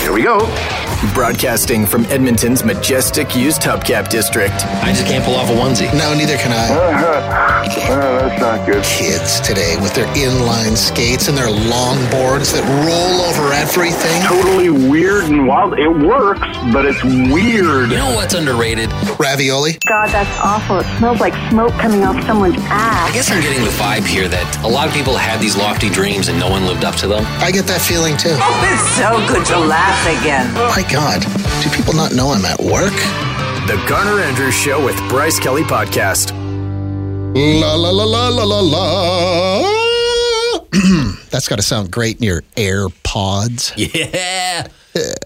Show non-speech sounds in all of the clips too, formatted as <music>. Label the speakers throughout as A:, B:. A: Here we go.
B: Broadcasting from Edmonton's majestic used hubcap district.
C: I just can't pull off a onesie.
D: No, neither can I.
A: Uh, that's not good.
D: Kids today with their inline skates and their long boards that roll over everything.
A: Totally weird and wild. It works, but it's
C: You
A: weird.
C: know what's underrated?
D: Ravioli.
E: God, that's awful. It smells like smoke coming off someone's
C: I
E: ass.
C: guess I'm getting the vibe here that a lot of people had these lofty dreams and no one lived up to them.
D: <laughs> I get that feeling too.
F: Oh, it's so good to laugh again.
D: Oh my God. Do people not know I'm at work?
B: The Garner Andrews Show with Bryce Kelly Podcast.
D: La la la la la la la. <clears throat> That's got to sound great in your AirPods.
C: Yeah.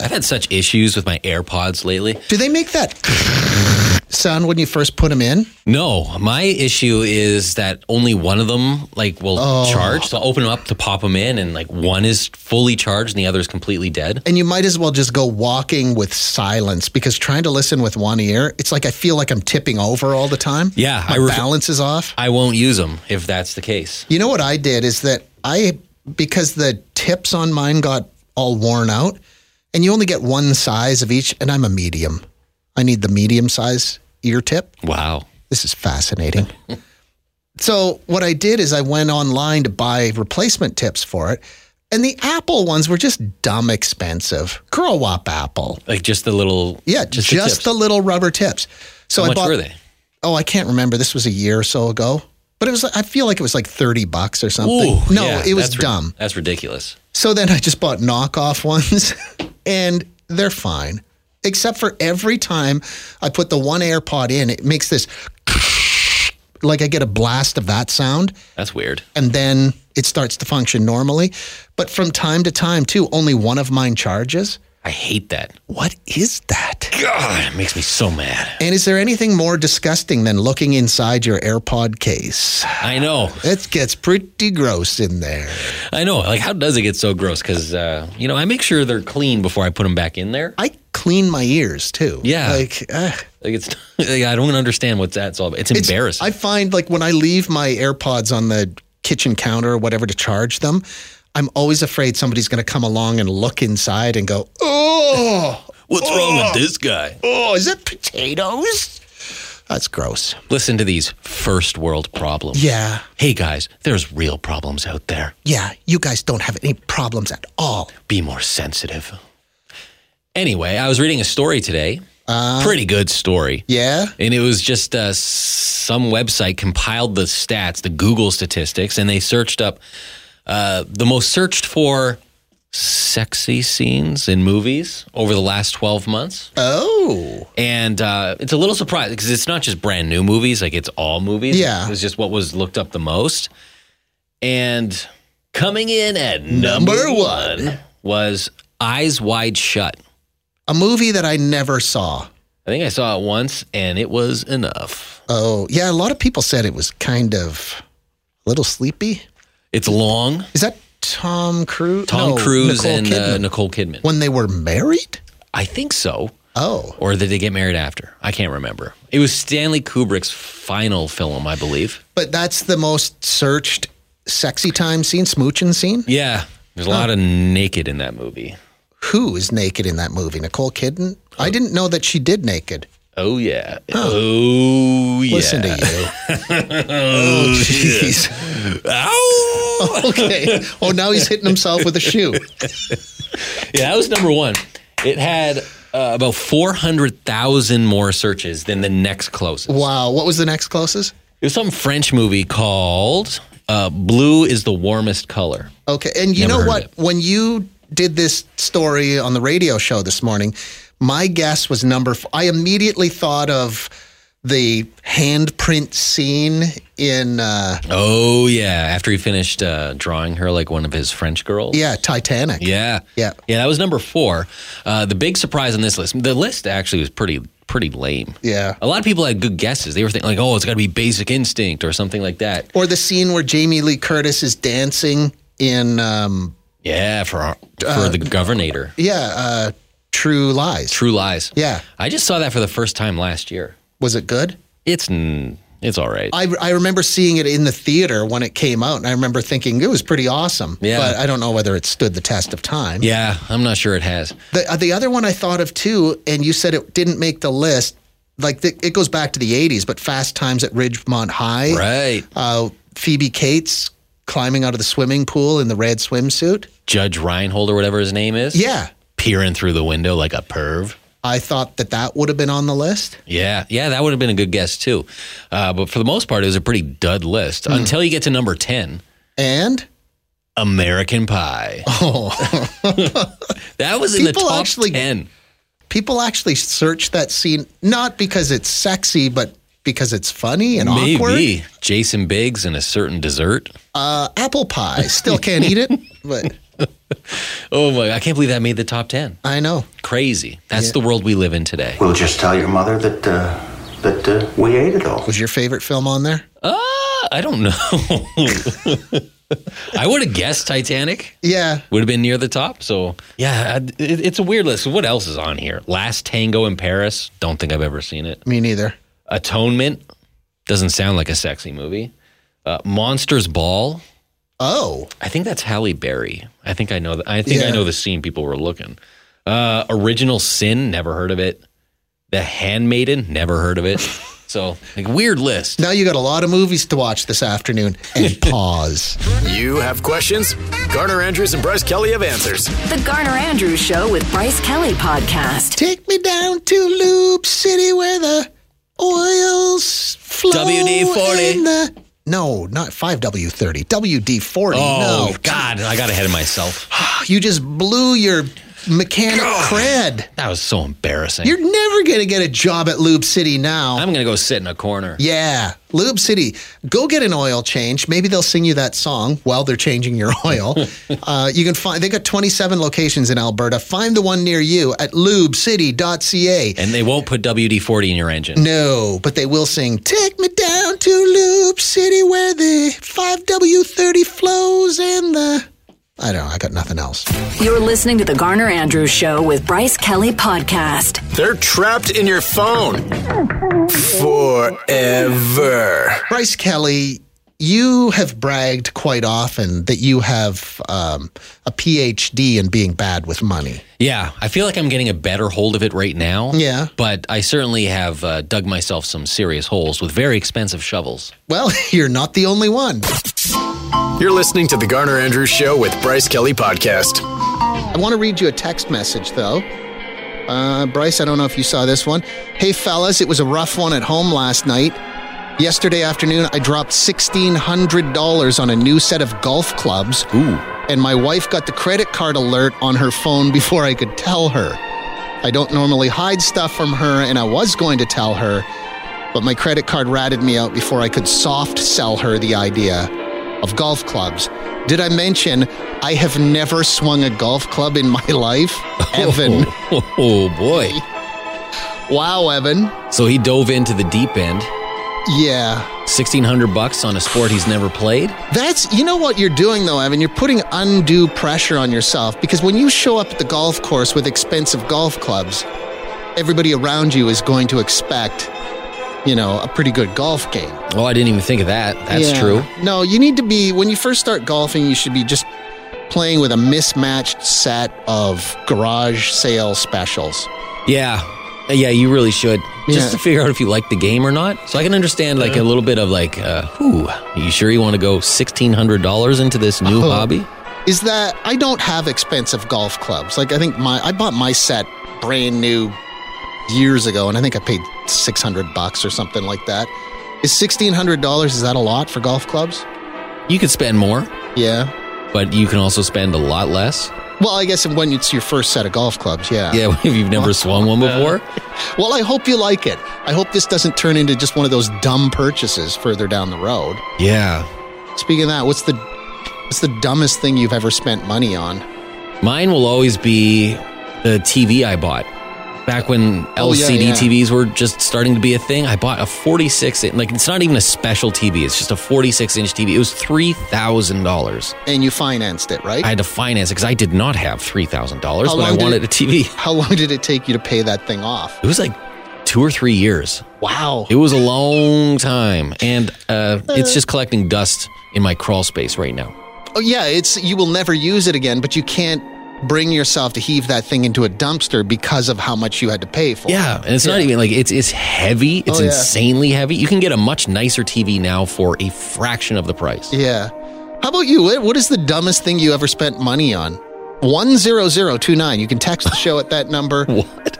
C: I've had such issues with my AirPods lately.
D: Do they make that <clears throat> sound when you first put them in?
C: No, my issue is that only one of them like will
D: Oh.
C: charge. So I'll open them up to pop them in, and like one is fully charged and the other is completely dead.
D: And you might as well just go walking with silence because trying to listen with one ear, it's like I feel like I'm tipping over all the time.
C: Yeah,
D: My
C: I ref-
D: balance is off.
C: I won't use them if that's the case.
D: You know what I did is that I because the tips on mine got all worn out, and you only get one size of each, and I'm a medium. I need the medium size ear tip.
C: Wow.
D: This
C: <laughs>
D: is fascinating. so what I did is I went online to buy replacement tips for it. And the Apple ones were just dumb expensive. Grow up, Apple.
C: Like just the little
D: Yeah, just,
C: just, the, tips.
D: the, little rubber tips. So
C: How
D: I
C: much
D: bought
C: were they?
D: oh, I can't remember. This was a year or so ago, but it was. I feel like it was like thirty bucks or something.
C: Ooh,
D: no,
C: yeah,
D: it was
C: that's ri-
D: dumb.
C: that's ridiculous.
D: So then I just bought knockoff <laughs> ones, and they're fine, except for every time I put the one AirPod in, it makes this <laughs> like I get a blast of that sound,
C: That's weird.
D: and then it starts to function normally. But from time to time, too, only one of mine charges.
C: I hate that.
D: What is that?
C: God, it makes me so mad.
D: And is there anything more disgusting than looking inside your AirPod case?
C: I know.
D: It gets pretty gross in there.
C: I know. Like, how does it get so gross? Because uh, you know, I make sure they're clean before I put them back in there.
D: I clean my ears too.
C: Yeah.
D: like uh,
C: Like, it's <laughs> like, I don't understand what that's all about. It's
D: it's
C: embarrassing.
D: I find like when I leave my AirPods on the kitchen counter or whatever to charge them, I'm always afraid somebody's going to come along and look inside and go, "Oh,
C: What's wrong with this guy?
D: oh, is that potatoes?" That's gross.
C: Listen to these first world problems.
D: Yeah,
C: Hey guys, there's real problems out there.
D: yeah. You guys don't have any problems at all.
C: Be more sensitive. Anyway, I was reading a story today. Pretty good story.
D: Yeah.
C: And it was just uh, some website compiled the stats, the Google statistics, and they searched up uh, the most searched for sexy scenes in movies over the last 12 months.
D: Oh,
C: And uh, it's a little surprising because it's not just brand new movies, like it's all movies.
D: Yeah.
C: It was just what was looked up the most. And coming in at number,
D: Number
C: one,
D: one.
C: was Eyes Wide Shut.
D: a movie that I never saw.
C: I think I saw it once and it was enough.
D: Oh, yeah. A lot of people said it was kind of a little sleepy.
C: It's long.
D: Is that Tom Cruise?
C: Tom
D: No,
C: Cruise
D: Nicole
C: and
D: Kidman.
C: Uh, Nicole Kidman.
D: when they were married.
C: I think so.
D: Oh,
C: Or did they get married after? I can't remember. It was Stanley Kubrick's final film, I believe.
D: but that's the most searched sexy time scene, smooching scene.
C: Yeah. There's a lot of naked in that movie.
D: Who is naked in that movie? Nicole Kidman. I didn't know that she did naked.
C: Oh,
D: <gasps>
C: yeah. Oh, yeah.
D: Listen to you.
C: <laughs>
D: oh, jeez. <laughs>
C: Ow!
D: Okay. Oh, now he's hitting himself with a shoe.
C: yeah, that was number one. It had uh, about 400,000 more searches than the next closest.
D: Wow. What was the next closest?
C: It was some French movie called uh, Blue is the Warmest Color.
D: Okay. And you
C: Never
D: know
C: heard
D: what?
C: it.
D: When you did this story on the radio show this morning, my guess was number. F- I immediately thought of the handprint scene in. Uh,
C: Oh, yeah. After he finished uh, drawing her like one of his French girls.
D: Yeah, Titanic.
C: Yeah.
D: Yeah.
C: Yeah, that was number four. Uh, the big surprise on this list, the list actually was pretty pretty lame.
D: Yeah.
C: A lot of people had good guesses. They were thinking like, oh, it's got to be Basic Instinct or something like that.
D: Or the scene where Jamie Lee Curtis is dancing in, um,
C: Yeah, for our- for the Governor,
D: Uh, yeah, uh, True Lies.
C: True Lies.
D: Yeah.
C: I just saw that for the first time last year.
D: Was it good?
C: It's n- It's all right.
D: I, I remember seeing it in the theater when it came out, and I remember thinking it was pretty awesome.
C: Yeah.
D: But I don't know whether it stood the test of time.
C: yeah, I'm not sure it has.
D: The, uh, the other one I thought of too, and you said it didn't make the list. Like the, it goes back to the 80s, but Fast Times at Ridgemont High.
C: Right.
D: Uh, Phoebe Cates climbing out of the swimming pool in the red swimsuit.
C: Judge Reinhold or whatever his name is.
D: Yeah.
C: Peering through the window like a perv.
D: I thought that that would have been on the list.
C: Yeah, yeah, that would have been a good guess too. Uh, but for the most part, it was a pretty dud list
D: Hmm.
C: until you get to number 10,
D: And
C: American
D: <laughs>
C: Pie. Oh. <laughs> that was in the
D: People
C: top
D: actually-
C: 10.
D: people actually search that scene not because it's sexy, but because it's funny and awkward.
C: Maybe Jason Biggs and a certain dessert.
D: Uh, apple pie. Still can't eat it, but
C: Oh my, I can't believe that made the top 10.
D: I know.
C: Crazy. That's the world we live in today.
G: We'll just tell your mother that uh, that uh, we ate it all.
D: Was your favorite film on there?
C: Uh, I don't know. <laughs> I would have guessed Titanic
D: Yeah.
C: would have been near the top. So, yeah, I- it, it's a weird list. What else is on here? Last Tango in Paris. Don't think I've ever seen it.
D: Me neither.
C: Atonement doesn't sound like a sexy movie. Uh, Monsters Ball.
D: Oh,
C: I think that's Halle Berry. I think I know. The, I think I
D: Yeah.
C: know the scene. People were looking. Uh, Original Sin. Never heard of it. The Handmaiden. Never heard of it. So like weird list.
D: now you got a lot of movies to watch this afternoon
C: <laughs>
D: and pause.
B: You have questions? Garner Andrews and Bryce Kelly have answers.
H: The Garner Andrews Show with Bryce Kelly Podcast.
D: Take me down to Loop City where the oils flow.
C: WD-40.
D: in the- no, not 5W30. WD40.
C: Oh
D: no.
C: God! I got ahead of myself.
D: You just blew your mechanic cred.
C: That was so embarrassing.
D: You're never going to get a job at Lube City now.
C: I'm gonna go sit in a corner.
D: yeah, Lube City. Go get an oil change. Maybe they'll sing you that song while they're changing your <laughs> oil. uh, you can find they got 27 locations in Alberta. Find the one near you at lubecity.ca.
C: And they won't put WD forty in your engine.
D: No, but they will sing "Take Me Down to Loop City, where the 5W30 flows and the." I don't know. I got nothing else.
H: You're listening to The Garner Andrews Show with Bryce Kelly Podcast.
B: They're trapped in your phone forever.
D: Bryce Kelly, you have bragged quite often that you have um, a PhD in being bad with money.
C: Yeah, I feel like I'm getting a better hold of it right now.
D: Yeah.
C: But I certainly have uh, dug myself some serious holes with very expensive shovels.
D: Well, <laughs> you're not the only one.
B: You're listening to The Garner Andrews Show with Bryce Kelly Podcast.
D: I want to read you a text message, though. Uh, Bryce, I don't know if you saw this one. Hey, fellas, it was a rough one at home last night. Yesterday afternoon, I dropped $1,600 on a new set of golf clubs. Ooh. And my wife got the credit card alert on her phone before I could tell her. I don't normally hide stuff from her, and I was going to tell her, but my credit card ratted me out before I could soft sell her the idea of golf clubs. Did I mention I have never swung a golf club in my <laughs> life? Evan.
C: Oh, <laughs> oh, boy.
D: Wow, Evan.
C: So he dove into the deep end.
D: Yeah.
C: 1600 bucks on a sport he's never played.
D: That's, you know what you're doing though, Evan? You're putting undue pressure on yourself because when you show up at the golf course with expensive golf clubs, everybody around you is going to expect, you know, a pretty good golf game.
C: Oh, I didn't even think of that. That's
D: Yeah.
C: true.
D: No, you need to be when you first start golfing, you should be just playing with a mismatched set of garage sale specials.
C: Yeah. Yeah, you really should. Just
D: Yeah.
C: to figure out if you like the game or not. So I can understand like a little bit of like, uh, whew, you sure you want to go $1,600 into this new
D: Oh.
C: hobby?
D: Is that I don't have expensive golf clubs. Like I think my I bought my set brand new years ago and I think I paid 600 bucks or something like that. Is $1600 is that a lot for golf clubs?
C: You could spend more,
D: Yeah.
C: but you can also spend a lot less.
D: Well, I guess when it's your first set of golf clubs, yeah.
C: <laughs> Yeah, if you've never swung one before.
D: Well, I hope you like it. I hope this doesn't turn into just one of those dumb purchases further down the road.
C: Yeah.
D: Speaking of that, what's the what's the dumbest thing you've ever spent money on?
C: Mine will always be the TV I bought. Back when LCD
D: Oh, yeah, yeah.
C: TVs were just starting to be a thing, I bought a 46 in- like it's not even a special TV, it's just a 46 inch TV. It was $3,000.
D: And you financed it, right?
C: I had to finance it because I did not have $3,000,
D: How
C: but I
D: long did
C: wanted
D: it-
C: a TV.
D: How long did it take you to pay that thing off?
C: It was like two or three years.
D: Wow.
C: It was a long time, and uh, it's just collecting dust in my crawl space right now.
D: Oh yeah, it's you will never use it again, but you can't bring yourself to heave that thing into a dumpster because of how much you had to pay for. it.
C: Yeah, and it's not even like it's it's heavy. It's
D: Oh, yeah.
C: insanely heavy. You can get a much nicer TV now for a fraction of the price.
D: Yeah. How about you? What- What is the dumbest thing you ever spent money on? 10029. You can text the show at that number.
C: <laughs> What?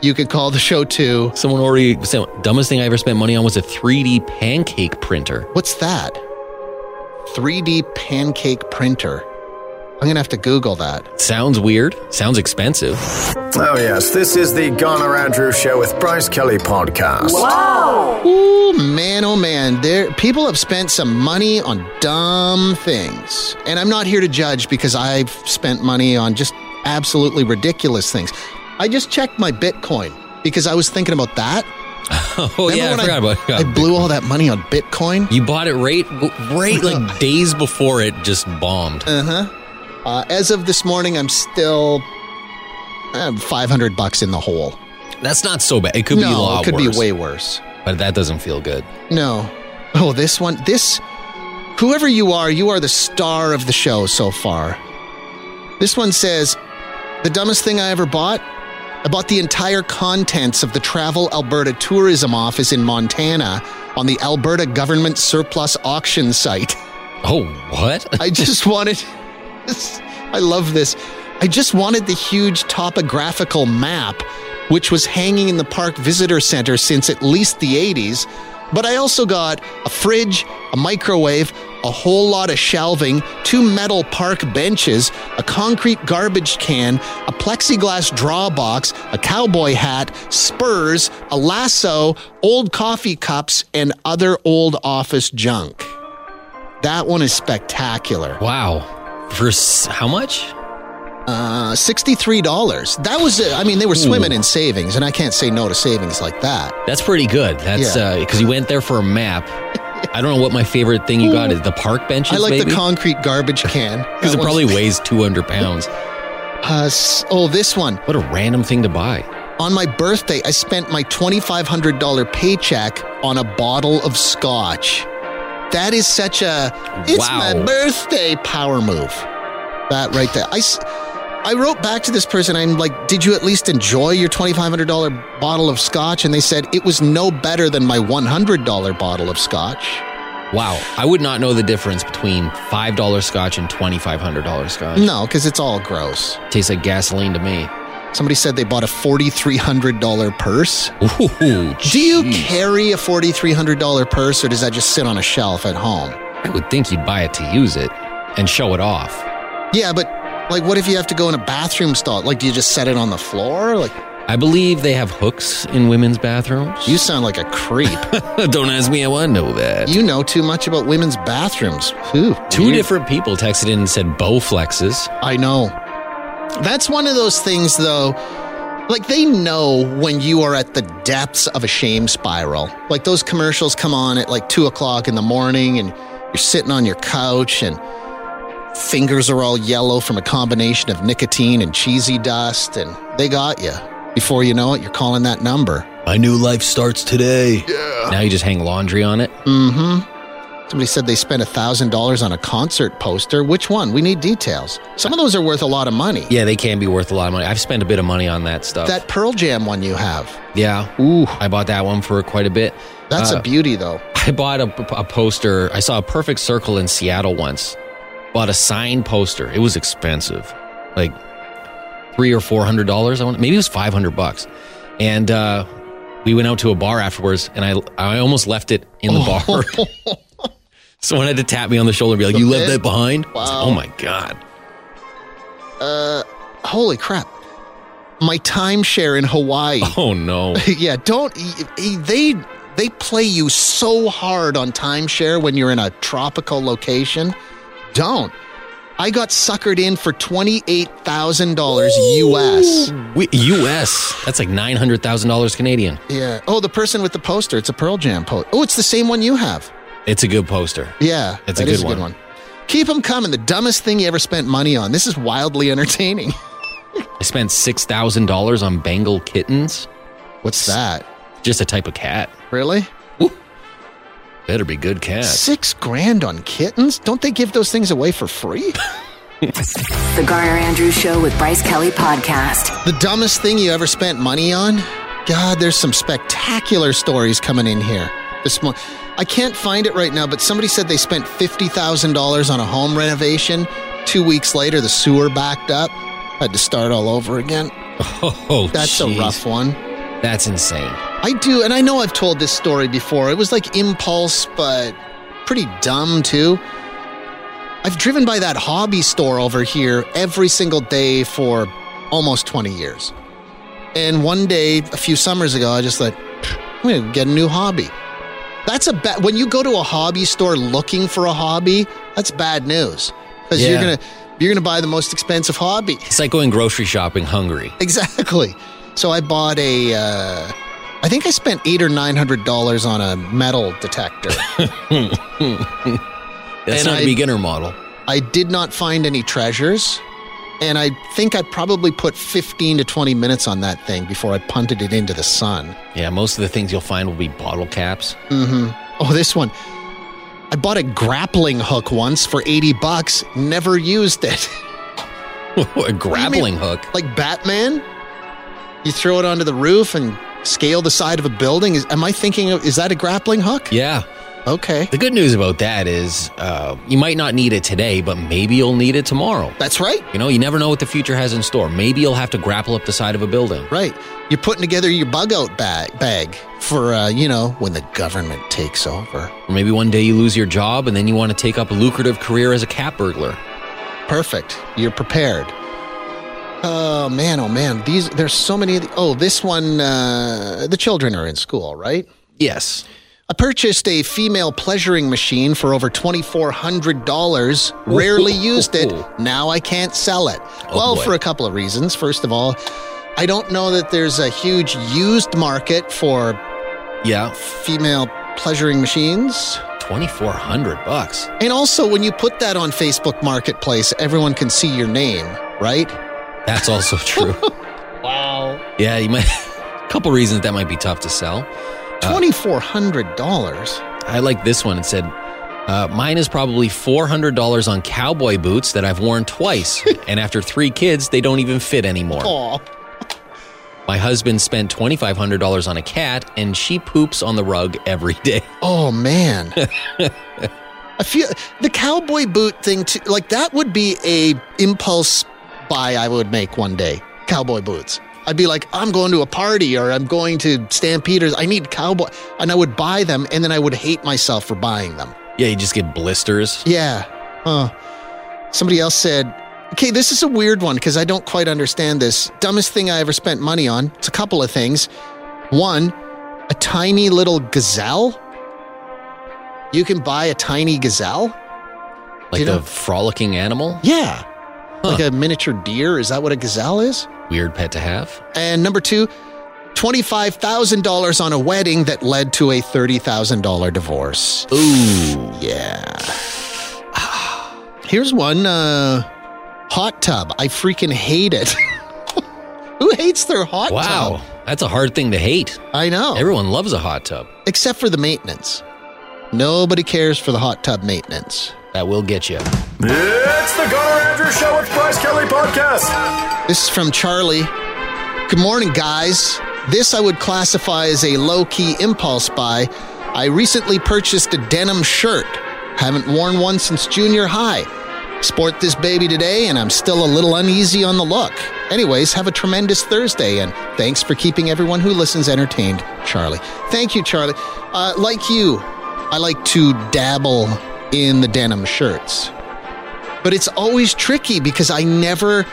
D: You could call the show too.
C: Someone already so dumbest thing I ever spent money on was a 3D pancake printer.
D: What's that? 3D pancake printer. I'm going to have to Google that.
C: Sounds weird. Sounds expensive. <laughs>
B: Oh, yes. This is the Garner Andrews Show with Bryce Kelly podcast.
D: Ooh, man, oh man, there people have spent some money on dumb things. And I'm not here to judge because I've spent money on just absolutely ridiculous things. I just checked my Bitcoin because I was thinking about that.
C: Oh yeah, I
D: when
C: forgot about.
D: I blew all that money on Bitcoin.
C: you bought it right, right
D: <laughs>
C: like days before it just bombed.
D: Uh, as of this morning, I'm still uh, 500 bucks in the hole.
C: That's not so bad. It could be a
D: no,
C: lot
D: it could
C: worse,
D: be way worse.
C: but that doesn't feel good.
D: No. Oh, this one, this, whoever you are, you are the star of the show so far. This one says, the dumbest thing I ever bought? I bought the entire contents of the Travel Alberta Tourism Office in Montana on the Alberta government surplus auction site.
C: Oh what? <laughs>
D: I just wanted. I love this. I just wanted the huge topographical map, which was hanging in the Park Visitor Center since at least the 80s. But I also got a fridge, a microwave, a whole lot of shelving, two metal park benches, a concrete garbage can, a plexiglass draw box, a cowboy hat, spurs, a lasso, old coffee cups, and other old office junk. That one is spectacular.
C: Wow. For s- how much?
D: Uh, Sixty-three dollars. That was. it. I mean, they were
C: Hmm.
D: swimming in savings, and I can't say no to savings like that.
C: That's pretty good. That's
D: Yeah.
C: because you went there for a map. I don't know what my favorite thing you got is the park benches.
D: I like
C: maybe?
D: the
C: <laughs>
D: concrete garbage can
C: because it
D: That one's-
C: probably weighs 200 pounds.
D: Uh, s- oh, this one.
C: What a random thing to buy.
D: On my birthday, I spent my twenty-five hundred dollar paycheck on a bottle of scotch. That is such a it's
C: Wow.
D: my birthday power move. That right there. I. s- I wrote back to this person. I'm like, did you at least enjoy your $2,500 bottle of scotch? And they said it was no better than my $100 bottle of scotch.
C: Wow. I would not know the difference between $5 scotch and $2,500 scotch.
D: No, because it's all gross.
C: Tastes like gasoline to me.
D: Somebody said they bought a $4,300 purse.
C: Ooh,
D: Do you
C: jeez.
D: carry a $4,300 purse or does that just sit on a shelf at home?
C: I would think you'd buy it to use it and show it off.
D: Yeah, but like, what if you have to go in a bathroom stall? Like, do you just set it on the floor? Like,
C: I believe they have hooks in women's bathrooms. <laughs>
D: you sound like a <laughs> creep.
C: don't ask me how I know that.
D: you know too much about women's bathrooms. Ooh,
C: Two different people texted in and said Bowflexes.
D: I know. That's one of those things, though. Like, they know when you are at the depths of a shame spiral. Like, those commercials come on at like two o'clock in the morning, and you're sitting on your couch, and fingers are all yellow from a combination of nicotine and cheesy dust, and they got you. Before you know it, you're calling that number.
C: My new life starts today. Now you just hang laundry on it.
D: Somebody said they spent $1,000 on a concert poster. Which one? We need details. Some of those are worth a lot of money.
C: Yeah, they can be worth a lot of money. I've spent a bit of money on that stuff.
D: That Pearl Jam one you have.
C: yeah.
D: Ooh.
C: I bought that one for quite a bit. <laughs>
D: That's
C: Uh,
D: a beauty, though.
C: I bought a, a poster. I saw a perfect circle in Seattle once. Bought a signed poster. It was expensive, like three or four hundred dollars. I want maybe it was five hundred bucks. And uh, we went out to a bar afterwards, and I I almost left it in the bar.
D: <laughs>
C: <laughs> Someone had to tap me on the shoulder and be like, "You left
D: bit?
C: that behind." I was like,
D: Wow.
C: oh my god!
D: Holy crap. My timeshare in Hawaii.
C: Oh no!
D: yeah, don't e- e- they they play you so hard on timeshare when you're in a tropical location. Don't. I got suckered in for $28,000 US.
C: We, U.S. That's like nine hundred thousand dollars Canadian.
D: Yeah. Oh, the person with the poster, it's a Pearl Jam poster. Oh, it's the same one you have.
C: It's a good poster.
D: Yeah.
C: That's a
D: that is
C: good one.
D: Keep them coming. The dumbest thing you ever spent money on. This is wildly entertaining.
C: I spent six thousand dollars on Bengal kittens.
D: What's that?
C: just a type of cat.
D: Really?
C: Better be good
D: <laughs>
C: cat.
D: Six grand on kittens? Don't they give those things away for free?
H: The Garner Andrews Show with Bryce Kelly
D: <laughs>
H: Podcast.
D: the dumbest thing you ever spent money on? God, there's some spectacular stories coming in here this morning. I can't find it right now, but somebody said they spent $50,000 on a home renovation. Two weeks later, the sewer backed up. Had to start all over again.
C: Oh,
D: That's
C: jeez.
D: a rough one.
C: That's insane.
D: I do, and I know I've told this story before. It was like impulse, but pretty dumb too. I've driven by that hobby store over here every single day for almost 20 years. And one day, a few summers ago, I just thought, I'm going to get a new hobby. That's a bad, when you go to a hobby store looking for a hobby, that's bad news. Because you're
C: Yeah.
D: going to, you're going to buy the most expensive hobby.
C: It's like going grocery shopping hungry.
D: Exactly. So I bought a. Uh, I think I spent eight or nine hundred dollars on a metal detector.
C: That's
D: And
C: not a
D: I-
C: beginner model.
D: I did not find any treasures, and I think I probably put fifteen to twenty minutes on that thing before I punted it into the sun.
C: Yeah, most of the things you'll find will be bottle caps. <laughs>
D: Oh, this one. I bought a grappling hook once for 80 bucks, never used it. <laughs>
C: a grappling hook.
D: Like Batman? You throw it onto the roof and scale the side of a building. Is, am I thinking of, is that a grappling hook?
C: Yeah.
D: Okay.
C: The good news about that is uh, you might not need it today, but maybe you'll need it tomorrow.
D: That's right.
C: You know, you never know what the future has in store. Maybe you'll have to grapple up the side of a building.
D: Right. You're putting together your bug out bag, bag for, uh, you know, when the government takes over.
C: Or maybe one day you lose your job and then you want to take up a lucrative career as a cat burglar.
D: Perfect. You're prepared. Oh, man. Oh, man. These, there's so many. Of the, oh, this one, uh, the children are in school, right?
C: Yes.
D: I purchased a female pleasuring machine for over $2,400, rarely used it. Now I can't sell it. well,
C: boy.
D: for a couple of reasons. First of all, I don't know that there's a huge used market for
C: Yeah.
D: female pleasuring machines.
C: 2400 bucks.
D: And also, when you put that on Facebook Marketplace, everyone can see your name, right?
C: That's also
D: <laughs>
C: true.
D: Wow.
C: yeah, you might. <laughs> A couple reasons that might be tough to sell.
D: $2,400.
C: I like this one. It said, uh, mine is probably $400 on cowboy boots that I've worn
D: <laughs>
C: twice. and after three kids, they don't even fit anymore.
D: Aw.
C: My husband spent $2,500 on a cat, and she poops on the rug every <laughs> day.
D: Oh, man. I feel the cowboy boot thing, too, like that would be a impulse buy I would make one day. Cowboy boots. I'd be like, I'm going to a party or I'm going to Stampeders. I need cowboy. And I would buy them and then I would hate myself for buying them.
C: Yeah, you just get blisters.
D: Yeah. Huh. Somebody else said, okay, this is a weird one because I don't quite understand this. Dumbest thing I ever spent money on. It's a couple of things. One, a tiny little gazelle. You can buy a tiny gazelle?
C: Like
D: You
C: the
D: know-
C: frolicking animal.
D: Yeah. Like a miniature deer. Is that what a gazelle is?
C: Weird pet to have.
D: And number two, $25,000 on a wedding that led to a $30,000 divorce.
C: Ooh.
D: Yeah. <sighs> Here's one uh, hot tub. I freaking hate it. <laughs> Who hates their hot
C: Wow.
D: tub? Oh.
C: That's a hard thing to hate.
D: I know.
C: Everyone loves a hot tub.
D: Except for the maintenance. Nobody cares for the hot tub maintenance.
C: That will get you.
A: It's the Garner Andrews Show with Bryce Kelly Podcast.
D: This is from Charlie. Good morning, guys. This I would classify as a low key impulse buy. I recently purchased a denim shirt. Haven't worn one since junior high. Sport this baby today, and I'm still a little uneasy on the look. Anyways, have a tremendous Thursday, and thanks for keeping everyone who listens entertained, Charlie. Thank you, Charlie. Uh, like you, I like to dabble in the denim shirts. But it's always tricky because I never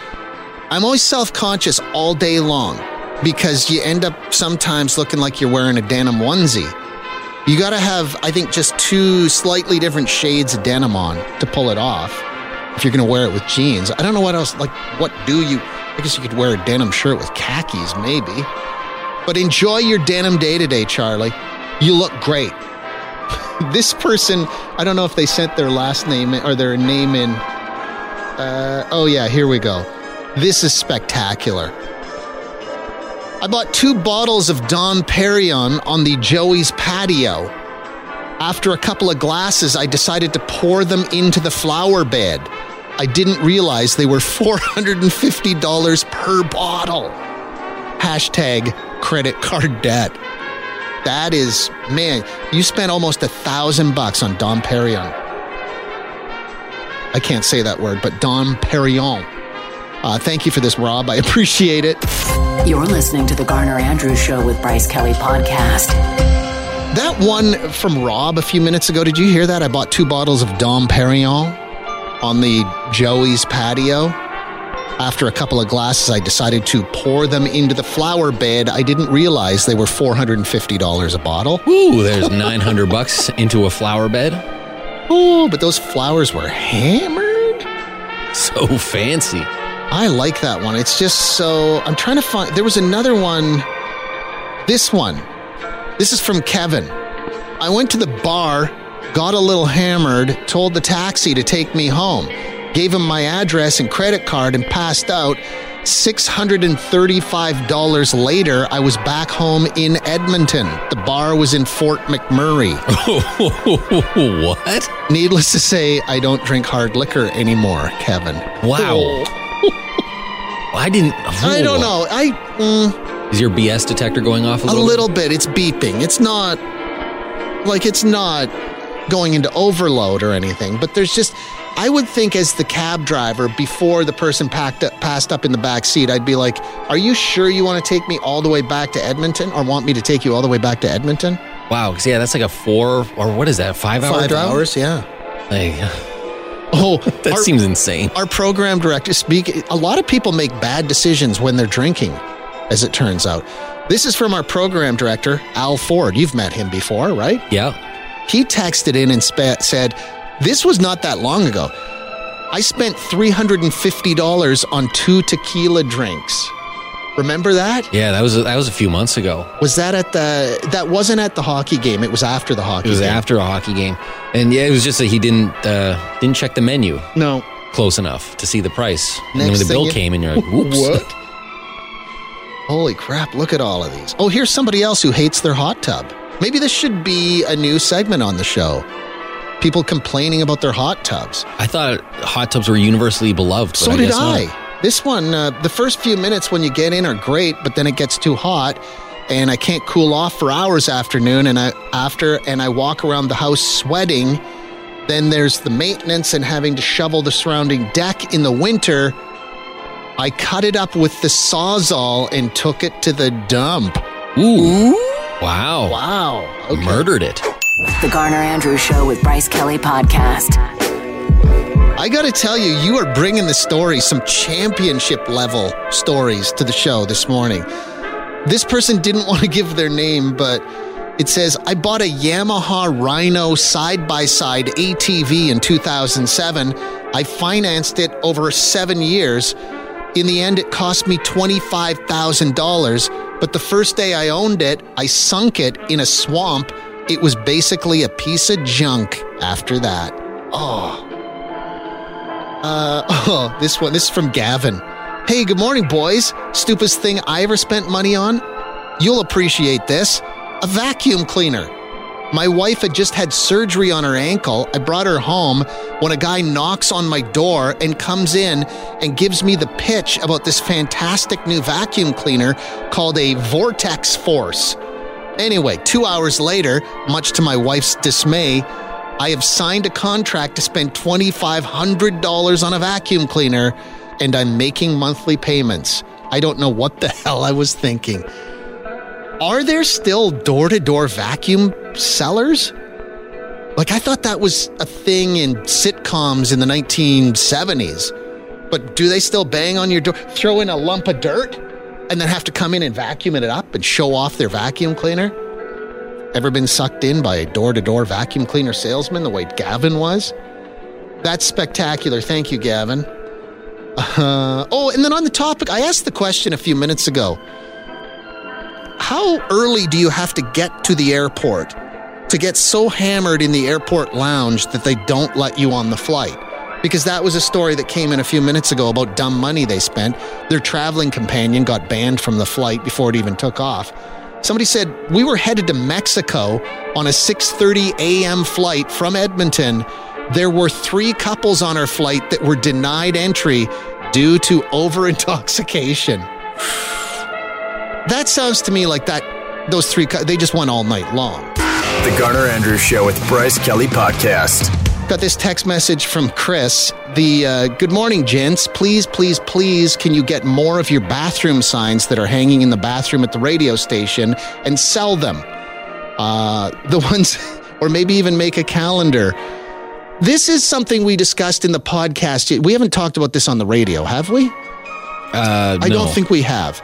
D: I'm always self conscious all day long because you end up sometimes looking like you're wearing a denim onesie. You gotta have, I think, just two slightly different shades of denim on to pull it off if you're gonna wear it with jeans. I don't know what else, like, what do you? I guess you could wear a denim shirt with khakis, maybe. But enjoy your denim day today, Charlie. You look great. <laughs> this person, I don't know if they sent their last name in, or their name in. Uh, oh, yeah, here we go. This is spectacular. I bought two bottles of Don Perignon on the Joey's patio. After a couple of glasses, I decided to pour them into the flower bed. I didn't realize they were $450 per bottle. Hashtag credit card debt. That is, man, you spent almost a thousand bucks on Don Perignon. I can't say that word, but Don Perignon. Uh, thank you for this, Rob. I <laughs> appreciate it.
H: You're listening to The Garner Andrews Show with Bryce Kelly Podcast.
D: That one from Rob a few minutes ago, did you hear that? I bought two bottles of Dom Perignon on the Joey's patio. After a couple of glasses, I decided to pour them into the flower bed. I didn't realize they were $450 a bottle.
C: Ooh,
D: <laughs>
C: there's 900 bucks into a flower bed.
D: Oh, but those flowers were hammered.
C: So fancy. <laughs>
D: I like that one. It's just so. I'm trying to find. There was another one. This one. This is from Kevin. I went to the bar, got a little hammered, told the taxi to take me home, gave him my address and credit card, and passed out. $635 later, I was back home in Edmonton. The bar was in Fort McMurray.
C: <laughs> what?
D: Needless to say, I don't drink hard liquor anymore, Kevin.
C: Wow. I didn't.
D: I don't know. I. mm,
C: Is your BS detector going off a
D: a
C: little?
D: little bit. It's beeping. It's not like it's not going into overload or anything, but there's just I would think as the cab driver before the person packed up, passed up in the back seat, I'd be like, "Are you sure you want to take me all the way back to Edmonton or want me to take you all the way back to Edmonton?"
C: Wow. 'cause, Yeah, that's like a four or what is that? Five hour
D: 5
C: drive?
D: hours, yeah.
C: Like,
D: <laughs>
C: <laughs>
D: Oh,
C: that
D: our,
C: seems insane.
D: our program director speak a lot of people make bad decisions when they're drinking, as it turns out. This is from our program director, Al Ford. You've met him before, right?
C: Yeah.
D: He texted in and spa said, This was not that long ago. I spent $350 on two tequila drinks. Remember that?
C: Yeah, that was that was a few months ago.
D: Was that at the, that wasn't at the hockey game. It was after the hockey
C: It was
D: game.
C: after a hockey game, and yeah, it was just that he didn't uh, didn't check the menu
D: No.
C: close enough to see the price. and then when
D: Next
C: the
D: thing
C: bill
D: you-
C: came, and you're
D: <laughs>
C: like, "Whoops!"
D: What? Holy crap, look at all of these. Oh, here's somebody else who hates their hot tub. Maybe this should be a new segment on the show. People complaining about their hot tubs.
C: I thought hot tubs were universally beloved. But
D: So
C: I
D: did
C: guess
D: I.
C: not.
D: This one, uh, the first few minutes when you get in are great, but then it gets too hot, and I can't cool off for hours afternoon and I after and I walk around the house sweating. Then there's the maintenance and having to shovel the surrounding deck in the winter. I cut it up with the sawzall and took it to the dump.
C: Ooh. Wow.
D: Wow. Okay.
C: Murdered it.
H: The Garner Andrews Show with Bryce Kelly Podcast.
D: I got to tell you, you are bringing the story, some championship level stories to the show this morning. This person didn't <laughs> want to give their name, but it says, I bought a Yamaha Rhino side by side ATV in 2007. I financed it over seven years. In the end, it cost me $25,000. But the first day I owned it, I sunk it in a swamp. It was basically a piece of junk after that. Oh. Uh, <laughs> oh, this one. This is from Gavin. Hey, good morning, boys. Stupidest thing I ever spent money on? You'll appreciate this a vacuum cleaner. My wife had just had surgery on her ankle. I brought her home when a guy knocks on my door and comes in and gives me the pitch about this fantastic new vacuum cleaner called a Vortex Force. Anyway, two hours later, much to my wife's dismay, I have signed a contract to spend $2,500 on a vacuum cleaner and I'm making monthly payments. I don't know what the <laughs> hell I was thinking. Are there still door to door vacuum sellers? Like, I thought that was a thing in sitcoms in the 1970s. But do they still bang on your door, throw in a lump of dirt, and then have to come in and vacuum it up and show off their vacuum cleaner? Ever been sucked in by a door to door vacuum cleaner salesman the way Gavin was? That's spectacular. Thank you, Gavin. Uh, oh, and then on the topic, I asked the question a few minutes ago How early do you have to get to the airport to get so hammered in the airport lounge that they don't let you on the flight? because that was a story that came in a few minutes ago about dumb money they spent. Their traveling companion got banned from the flight before it even took off. Somebody said we were headed to Mexico on a 6:30 a.m. flight from Edmonton. There were three couples on our flight that were denied entry due to over intoxication. <sighs> That sounds to me like that those three cou- they just went all night long.
B: The Garner Andrews Show with Bryce Kelly Podcast.
D: Got this text message from Chris. The uh, good morning, gents. Please, please, please, can you get more of your bathroom signs that are hanging in the bathroom at the radio station and sell them? Uh, the <laughs> ones, or maybe even make a calendar. This is something we discussed in the podcast. We haven't talked about this on the radio, have we?
C: Uh,
D: I
C: no.
D: don't think we have.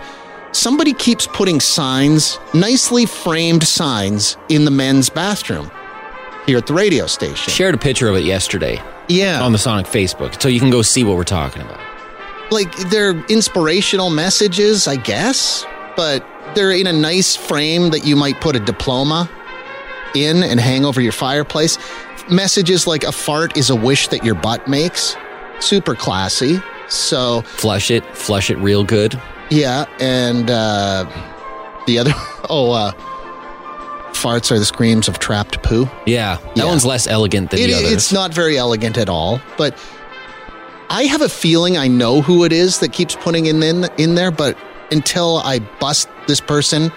D: Somebody keeps putting signs, nicely framed signs, in the men's bathroom here at the radio station.
C: shared a picture of it yesterday
D: Yeah.
C: on the Sonic Facebook, so you can go see what we're talking about.
D: like they're inspirational messages, I guess, but they're in a nice frame that you might put a diploma in and hang over your fireplace. Messages like a fart is a wish that your butt makes. Super classy. So,
C: Flush it, flush it real good.
D: yeah, and uh, the other <laughs> oh uh farts are the screams of trapped poo.
C: Yeah, that
D: Yeah.
C: one's less elegant than
D: It-
C: the others.
D: It's not very elegant at all, but I have a feeling I know who it is that keeps putting in in, in there, but until I bust this person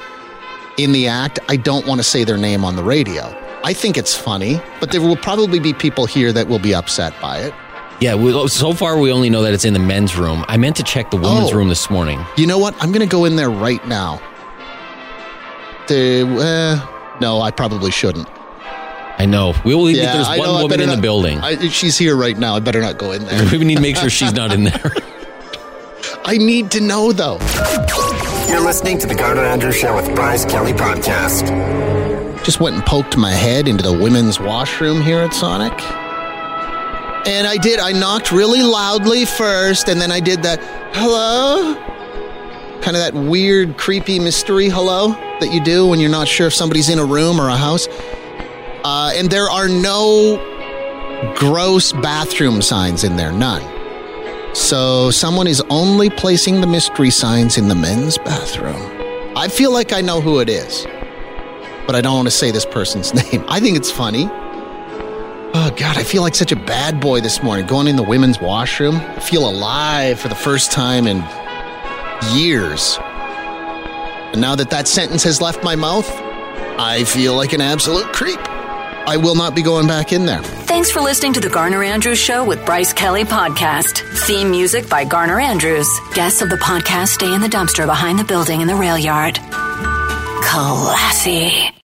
D: in the act, I don't want to say their name on the radio. I think it's funny, but there will probably be people here that will be upset by it.
C: Yeah, we, oh, so far we only know that it's in the men's room. I meant to check the women's
D: Oh.
C: room this morning.
D: You know what? I'm going to go in there right now. The, uh, no, I probably shouldn't.
C: I know. We only
D: Yeah,
C: there's
D: I
C: one
D: know, I
C: woman
D: better
C: in the
D: not-
C: building.
D: I, she's here right now. I better not go in there.
C: <laughs> we need to make sure she's not in there.
D: I need to know though.
B: You're listening to The Garner Andrews Show with Bryce Kelly Podcast.
D: Just went and poked my head into the women's washroom here at Sonic. And I did. I knocked really loudly first, and then I did that hello. Kind of that weird, creepy mystery hello that you do when you're not sure if somebody's in a room or a house. Uh, and there are no gross bathroom signs in there, none. So someone is only placing the mystery signs in the men's bathroom. I feel like I know who it is but I don't want to say this person's <laughs> name. I think it's funny. Oh God, I feel like such a bad boy this morning going in the women's washroom. I feel alive for the first time in years. And now that that sentence has left my mouth, I feel like an absolute creep. I will not be going back in there.
H: Thanks for listening to the Garner Andrews Show with Bryce Kelly Podcast. Theme music by Garner Andrews. Guests of the podcast stay in the dumpster behind the building in the rail yard. Classy.